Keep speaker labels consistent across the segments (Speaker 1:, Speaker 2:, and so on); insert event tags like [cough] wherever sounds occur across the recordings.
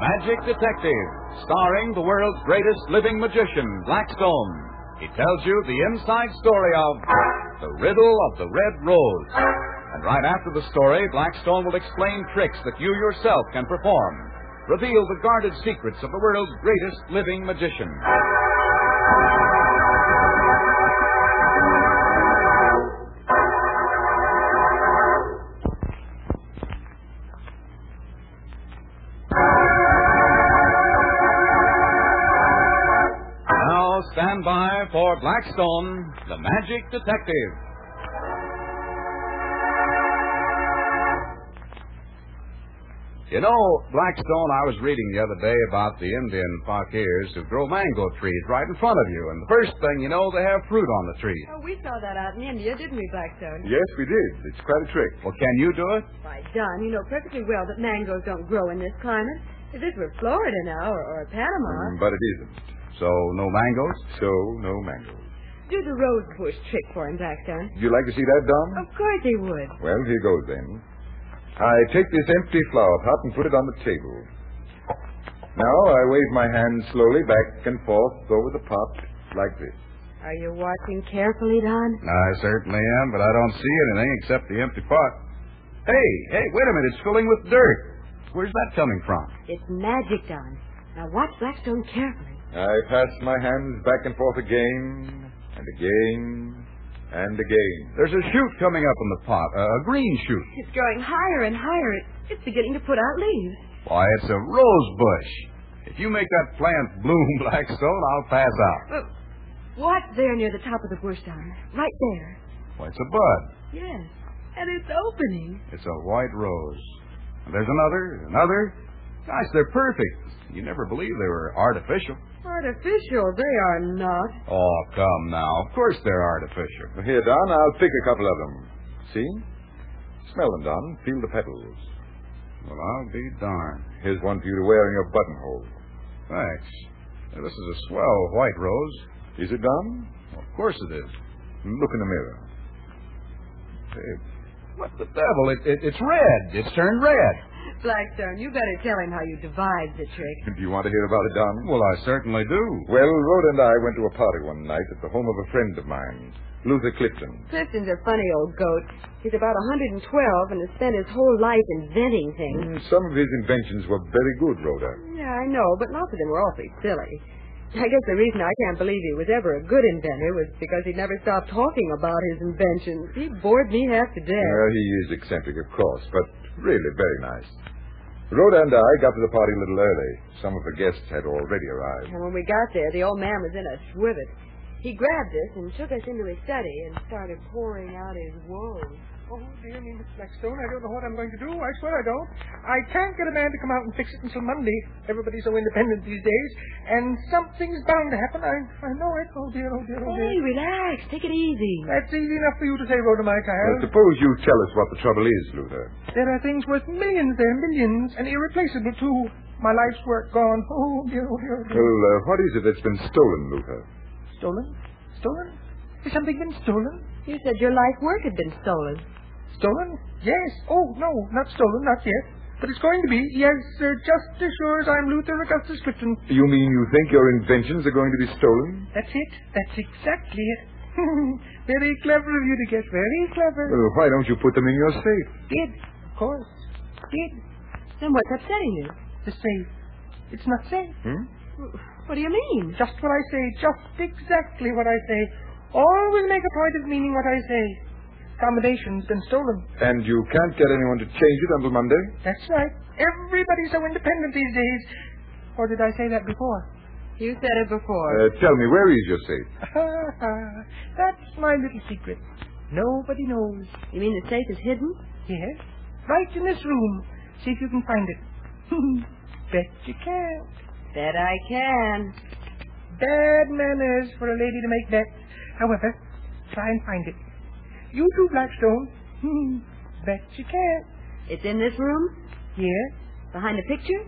Speaker 1: Magic Detective, starring the world's greatest living magician, Blackstone. He tells you the inside story of The Riddle of the Red Rose. And right after the story, Blackstone will explain tricks that you yourself can perform, reveal the guarded secrets of the world's greatest living magician. Now stand by for Blackstone, the Magic Detective. You know, Blackstone, I was reading the other day about the Indian fakirs who grow mango trees right in front of you, and the first thing you know, they have fruit on the trees.
Speaker 2: Oh, we saw that out in India, didn't we, Blackstone?
Speaker 3: Yes, we did. It's quite a trick.
Speaker 1: Well, can you do it?
Speaker 2: Why, Don, you know perfectly well that mangoes don't grow in this climate. If this were Florida now, or, or Panama,
Speaker 3: Mm, But it isn't.
Speaker 1: So, no mangoes?
Speaker 3: So, no mangoes.
Speaker 2: do the road push trick for him, Blackstone.
Speaker 3: Would you like to see that, Dom?
Speaker 2: Of course he would.
Speaker 3: Well, here goes then. I take this empty flower pot and put it on the table. Now I wave my hand slowly back and forth over the pot like this.
Speaker 2: Are you watching carefully, Don?
Speaker 1: I certainly am, but I don't see anything except the empty pot. Hey, hey, wait a minute. It's filling with dirt. Where's that coming from?
Speaker 2: It's magic, Don. Now watch Blackstone carefully.
Speaker 3: I pass my hands back and forth again and again and again.
Speaker 1: There's a shoot coming up in the pot, a a green shoot.
Speaker 2: It's growing higher and higher. It, it's beginning to put out leaves.
Speaker 1: Why, it's a rose bush. If you make that plant bloom, [laughs] Blackstone, I'll pass out.
Speaker 2: But what's there near the top of the bush, Don? Right there.
Speaker 1: Why, it's a bud.
Speaker 2: Yes. And it's opening.
Speaker 1: It's a white rose. And there's another, another. Gosh, they're perfect. You never believe they were artificial.
Speaker 2: Artificial, they are not.
Speaker 1: Oh, come now. Of course they're artificial.
Speaker 3: Well, Here, Don, I'll pick a couple of them. See? Smell them, Don. Feel the petals.
Speaker 1: Well, I'll be darned.
Speaker 3: Here's one for you to wear in your buttonhole.
Speaker 1: Thanks. Now, this is a swell white rose.
Speaker 3: Is it, Don?
Speaker 1: Of course it is.
Speaker 3: Look in the mirror.
Speaker 1: What the devil? It, it, it's red. It's turned red.
Speaker 2: Blackstone, you better tell him how you devised the trick.
Speaker 3: Do you want to hear about it, Don?
Speaker 1: Well, I certainly do.
Speaker 3: Well, Rhoda and I went to a party one night at the home of a friend of mine, Luther Clifton.
Speaker 2: Clifton's a funny old goat. He's about 112 and has spent his whole life inventing things.
Speaker 3: Mm, Some of his inventions were very good, Rhoda.
Speaker 2: Yeah, I know, but lots of them were awfully silly. I guess the reason I can't believe he was ever a good inventor was because he never stopped talking about his inventions. He bored me half to death.
Speaker 3: Well, he is eccentric, of course, but really very nice. Rhoda and I got to the party a little early. Some of the guests had already arrived.
Speaker 2: And when we got there, the old man was in a swivet. He grabbed us and took us into his study and started pouring out his woes.
Speaker 4: Oh, dear me, Miss Blackstone, I don't know what I'm going to do. I swear I don't. I can't get a man to come out and fix it until Monday. Everybody's so independent these days, and something's bound to happen. I, I know it. Oh, dear, oh, dear, oh,
Speaker 2: Hey,
Speaker 4: dear.
Speaker 2: relax. Take it easy.
Speaker 4: That's easy enough for you to say, Rhoda, my
Speaker 3: Well,
Speaker 4: child.
Speaker 3: Uh, suppose you tell us what the trouble is, Luther.
Speaker 4: There are things worth millions there, millions, and irreplaceable, too. My life's work gone. Oh, dear, oh, dear, oh,
Speaker 3: Well,
Speaker 4: dear.
Speaker 3: uh, what is it that's been stolen, Luther?
Speaker 4: Stolen? Stolen? Has something been stolen?
Speaker 2: You said your life work had been stolen.
Speaker 4: Stolen? Yes. Oh, no, not stolen, not yet. But it's going to be, yes, sir, just as sure as I'm Luther Augustus Clifton.
Speaker 3: You mean you think your inventions are going to be stolen?
Speaker 4: That's it. That's exactly it. [laughs] very clever of you to guess. Very clever.
Speaker 3: Well, Uh, why don't you put them in your safe?
Speaker 4: Did, of course. Did.
Speaker 2: Then what's upsetting you?
Speaker 4: The safe. It's not safe.
Speaker 3: Hmm?
Speaker 2: What do you mean?
Speaker 4: Just what I say. Just exactly what I say. Always make a point of meaning what I say. Accommodation's been stolen.
Speaker 3: And you can't get anyone to change it until Monday?
Speaker 4: That's right. Everybody's so independent these days. Or did I say that before? [laughs]
Speaker 2: You said it before.
Speaker 3: Uh, tell me, where is your safe?
Speaker 4: That's my little secret. Nobody knows.
Speaker 2: you mean the safe is hidden?
Speaker 4: Yes? Right in this room. See if you can find it. [laughs] Bet you can't.
Speaker 2: Bet I can.
Speaker 4: Bad manners for a lady to make bets. However, try and find it. You too, Blackstone. [laughs] Bet you can't.
Speaker 2: It's in this room?
Speaker 4: Yes?
Speaker 2: Behind the picture?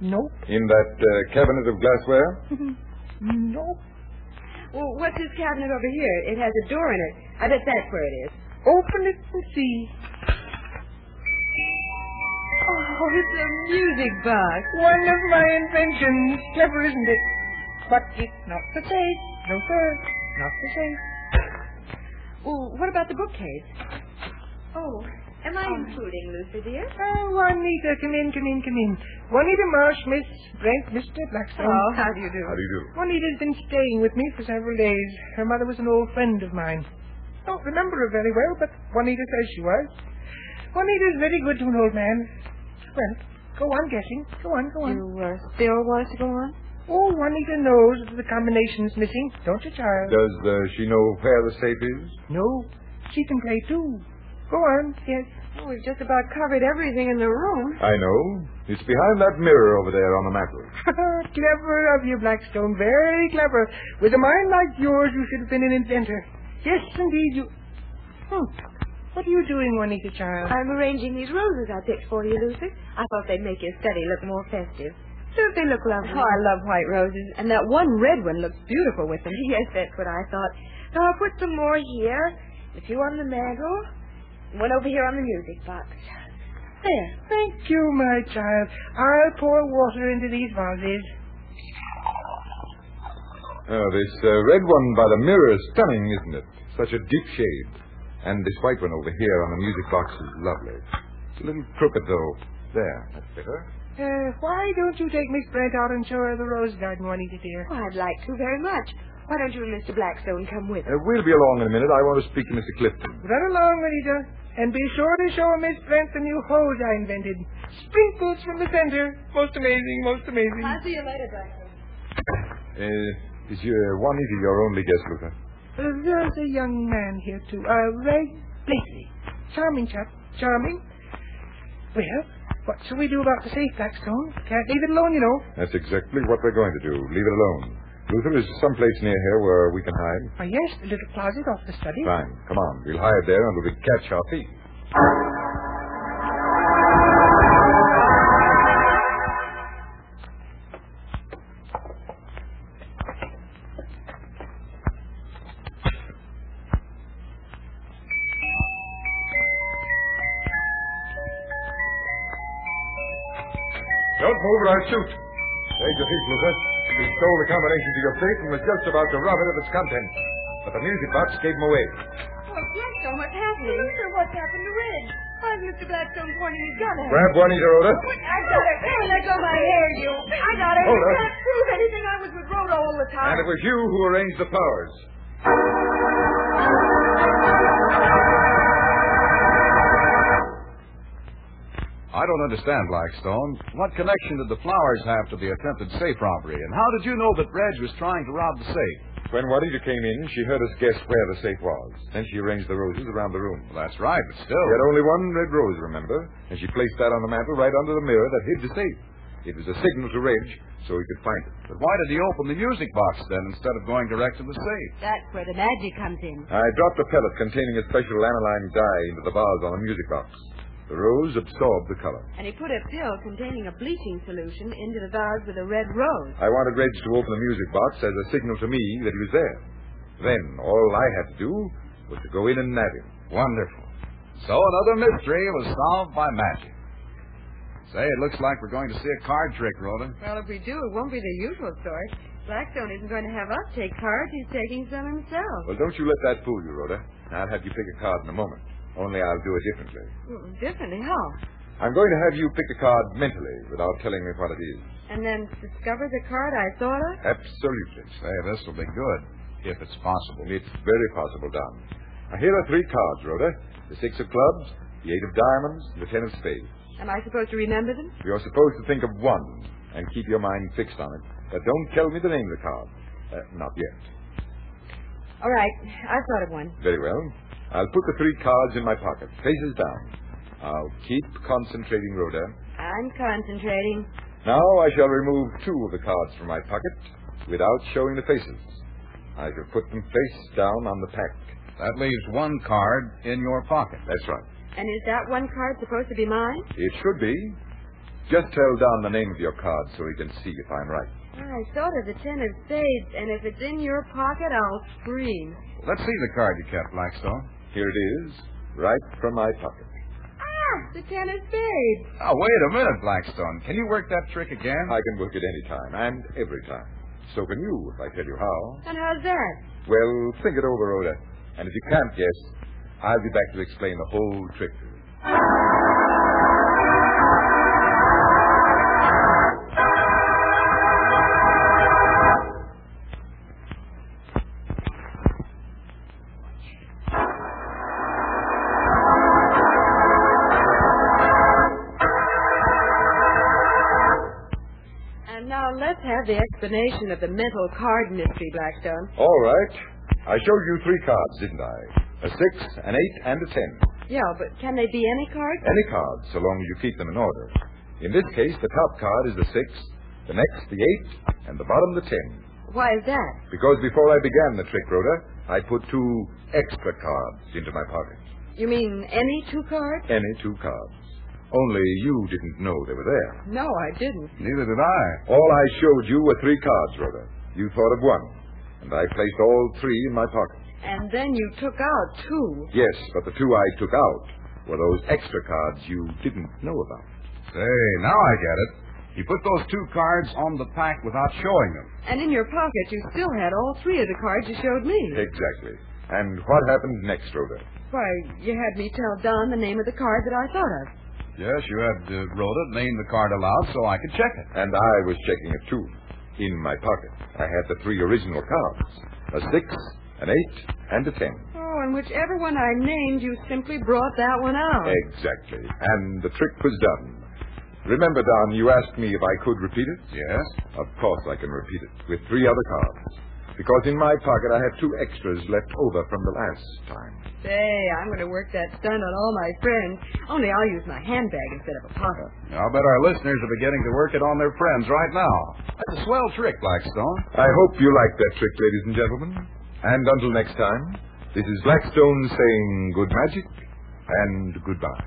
Speaker 4: Nope.
Speaker 3: In that uh, cabinet of glassware?
Speaker 4: Nope.
Speaker 2: Well, what's this cabinet over here? It has a door in it. I bet that's where it is.
Speaker 4: Open it and see. Oh,
Speaker 2: it's a music box.
Speaker 4: One of my inventions. Clever, isn't it? But it's not the safe. No, sir. Not the safe.
Speaker 2: Well, what about the Um, bookcase?
Speaker 4: Oh.
Speaker 5: Am I intruding, Lucy, dear?
Speaker 4: Oh, Juanita, come in, come in, come in. Juanita Marsh, Miss Brent, Mr. Blackstone.
Speaker 2: Oh, how do you do?
Speaker 3: How do you do?
Speaker 4: Juanita's been staying with me for several days. Her mother was an old friend of mine. Don't remember her very well, but Juanita says she was. Juanita's very good to an old man. Well, go on guessing. Go on, go on.
Speaker 2: You uh, still want us to go on?
Speaker 4: Oh, Juanita knows that the combination's missing, don't you, child?
Speaker 3: Does uh, she know where the safe is?
Speaker 4: No. She can play too. Go on.
Speaker 2: Yes. Well, we've just about covered everything in the room.
Speaker 3: I know. It's behind that mirror over there on the mantel.
Speaker 4: [laughs] clever of you, Blackstone. Very clever. With a mind like yours, you should have been an inventor. Yes, indeed, you. Hmm. What are you doing, Juanita, child?
Speaker 5: I'm arranging these roses I picked for you, Lucy. I thought they'd make your study look more festive. Don't they look
Speaker 2: Oh,
Speaker 5: lovely?
Speaker 2: I love white roses, and that one red one looks beautiful with them.
Speaker 5: [laughs] yes, that's what I thought. So I'll put some more here, a few on the mantel, one over here on the music box. There.
Speaker 4: Thank you, my child. I'll pour water into these vases.
Speaker 3: Oh, this uh, red one by the mirror is stunning, isn't it? Such a deep shade. And this white one over here on the music box is lovely. It's a little crooked, though. There, that's better.
Speaker 4: Uh, why don't you take Miss Brent out and show her the rose garden, Juanita, dear?
Speaker 5: Oh, I'd like to very much. Why don't you and Mr. Blackstone come with us?
Speaker 3: Uh, we'll be along in a minute. I want to speak to Mr. Clifton.
Speaker 4: Run along, Juanita, and be sure to show Miss Brent the new hose I invented. Sprinkles from the center. Most amazing, most amazing.
Speaker 5: see you later, Blackstone.
Speaker 3: Uh, is your Juanita your only guest, Luther?
Speaker 4: Uh, There's a young man here, too. Uh, Ray Blakely. Charming chap. Charming. Well, what shall we do about the safe, Blackstone? Can't leave it alone, you know.
Speaker 3: That's exactly what we're going to do. Leave it alone. Luther, is someplace near here where we can hide?
Speaker 4: Why, yes, the little closet off the study.
Speaker 3: Fine. Come on. We'll hide there and we'll catch our feet. Don't move or I'll shoot. Raise your feet, Luther. He stole the combination to your safe and was just about to rob it of its contents. But the music box gave him away.
Speaker 5: Oh, Blackstone, what's happening? Luther, what's happened to Red? Why is Mr. Blackstone pointing his gun at
Speaker 3: Grab Juanita, Rhoda.
Speaker 5: I got her. Hey, let go my hair, you. I got her.
Speaker 3: Hold
Speaker 5: you
Speaker 3: up.
Speaker 5: can't prove anything. I was with Rhoda all the
Speaker 3: And
Speaker 5: time.
Speaker 3: it was you who arranged the flowers.
Speaker 1: I don't understand, Blackstone. What connection did the flowers have to the attempted safe robbery? And how did you know that Reg was trying to rob the safe?
Speaker 3: When Juanita came in, she heard us guess where the safe was. Then she arranged the roses around the room.
Speaker 1: Well, that's right, but still.
Speaker 3: She had only one red rose, remember? And she placed that on the mantel right under the mirror that hid the safe. It was a signal to Reg so he could find it.
Speaker 1: But why did he open the music box then instead of going direct to the safe?
Speaker 5: That's where the magic comes in.
Speaker 3: I dropped a pellet containing a special aniline dye into the vase on the music box. The rose absorbed the color.
Speaker 5: And he put a pill containing a bleaching solution into the vase with a red rose.
Speaker 3: I wanted Reg to open the music box as a signal to me that he was there. Then all I had to do was to go in and nab him.
Speaker 1: Wonderful. So another mystery was solved by magic. Say, it looks like we're going to see a card trick, Rhoda.
Speaker 2: Well, if we do, it won't be the usual sort. Blackstone isn't going to have us take cards. He's taking some himself.
Speaker 3: Well, don't you let that fool you, Rhoda. I'll have you pick a card in a moment. Only I'll do it differently.
Speaker 2: Well, Differently, how?
Speaker 3: I'm going to have you pick a card mentally without telling me what it is.
Speaker 2: And then discover the card I thought of?
Speaker 3: Absolutely.
Speaker 1: Say, this will be good, if it's possible.
Speaker 3: It's very possible, Don. Now, here are three cards, Rhoda. The six of clubs, the eight of diamonds, and the ten of spades.
Speaker 2: Am I supposed to remember them?
Speaker 3: You're supposed to think of one and keep your mind fixed on it. But don't tell me the name of the card. Uh, not yet.
Speaker 2: All right, I've thought of one.
Speaker 3: Very well. I'll put the three cards in my pocket, faces down. I'll keep concentrating, Rhoda.
Speaker 2: I'm concentrating.
Speaker 3: Now I shall remove two of the cards from my pocket without showing the faces. I shall put them face down on the pack.
Speaker 1: That leaves one card in your pocket.
Speaker 3: That's right.
Speaker 2: And is that one card supposed to be mine?
Speaker 3: It should be. Just tell Don the name of your card so he can see if I'm right.
Speaker 2: I thought of the ten of spades, and if it's in your pocket, I'll scream.
Speaker 1: Let's see the card you kept, Blackstone.
Speaker 3: Here it is, right from my pocket.
Speaker 5: Ah,
Speaker 2: The ten of spades.
Speaker 1: Now, wait a minute, Blackstone. Can you work that trick again?
Speaker 3: I can work it any time and every time. So can you, if I tell you how.
Speaker 2: And how's that?
Speaker 3: Well, think it over, Oda. And if you can't guess, I'll be back to explain the whole trick to you.
Speaker 2: And now let's have the explanation of the mental card mystery, Blackstone.
Speaker 3: All right. I showed you three cards, didn't I? A six, an eight, and a ten.
Speaker 2: Yeah, but can they be any cards?
Speaker 3: Any cards, so long as you keep them in order. In this case, the top card is the six, the next the eight, and the bottom the ten.
Speaker 2: Why is that?
Speaker 3: Because before I began the trick, Rhoda, I put two extra cards into my pocket.
Speaker 2: You mean any two cards?
Speaker 3: Any two cards. Only you didn't know they were there.
Speaker 2: No, I didn't.
Speaker 1: Neither did I.
Speaker 3: All I showed you were three cards, Rhoda. You thought of one, and I placed all three in my pocket.
Speaker 2: And then you took out two.
Speaker 3: Yes, but the two I took out were those extra cards you didn't know about.
Speaker 1: Say, now I get it. You put those two cards on the pack without showing them.
Speaker 2: And in your pocket, you still had all three of the cards you showed me.
Speaker 3: Exactly. And what happened next, Rhoda?
Speaker 2: Why, you had me tell Don the name of the card that I thought of.
Speaker 1: Yes, you had uh, Rhoda name the card aloud so I could check it.
Speaker 3: And I was checking it too. In my pocket, I had the three original cards a six, an eight, and a ten.
Speaker 2: Oh, and whichever one I named, you simply brought that one out.
Speaker 3: Exactly. And the trick was done. Remember, Don, you asked me if I could repeat it?
Speaker 1: Yes?
Speaker 3: Of course I can repeat it with three other cards. Because in my pocket I have two extras left over from the last time.
Speaker 2: Say, I'm going to work that stunt on all my friends. Only I'll use my handbag instead of a pocket.
Speaker 1: I'll bet our listeners are beginning to work it on their friends right now. That's a swell trick, Blackstone.
Speaker 3: I hope you liked that trick, ladies and gentlemen. And until next time, this is Blackstone saying good magic and goodbye.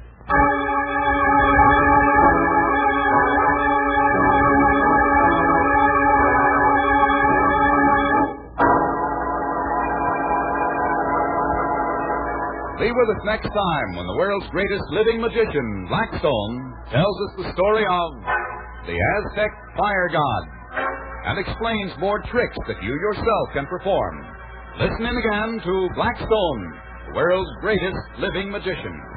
Speaker 1: Be with us next time when the world's greatest living magician, Blackstone, tells us the story of the Aztec fire god and explains more tricks that you yourself can perform. Listen in again to Blackstone, the world's greatest living magician.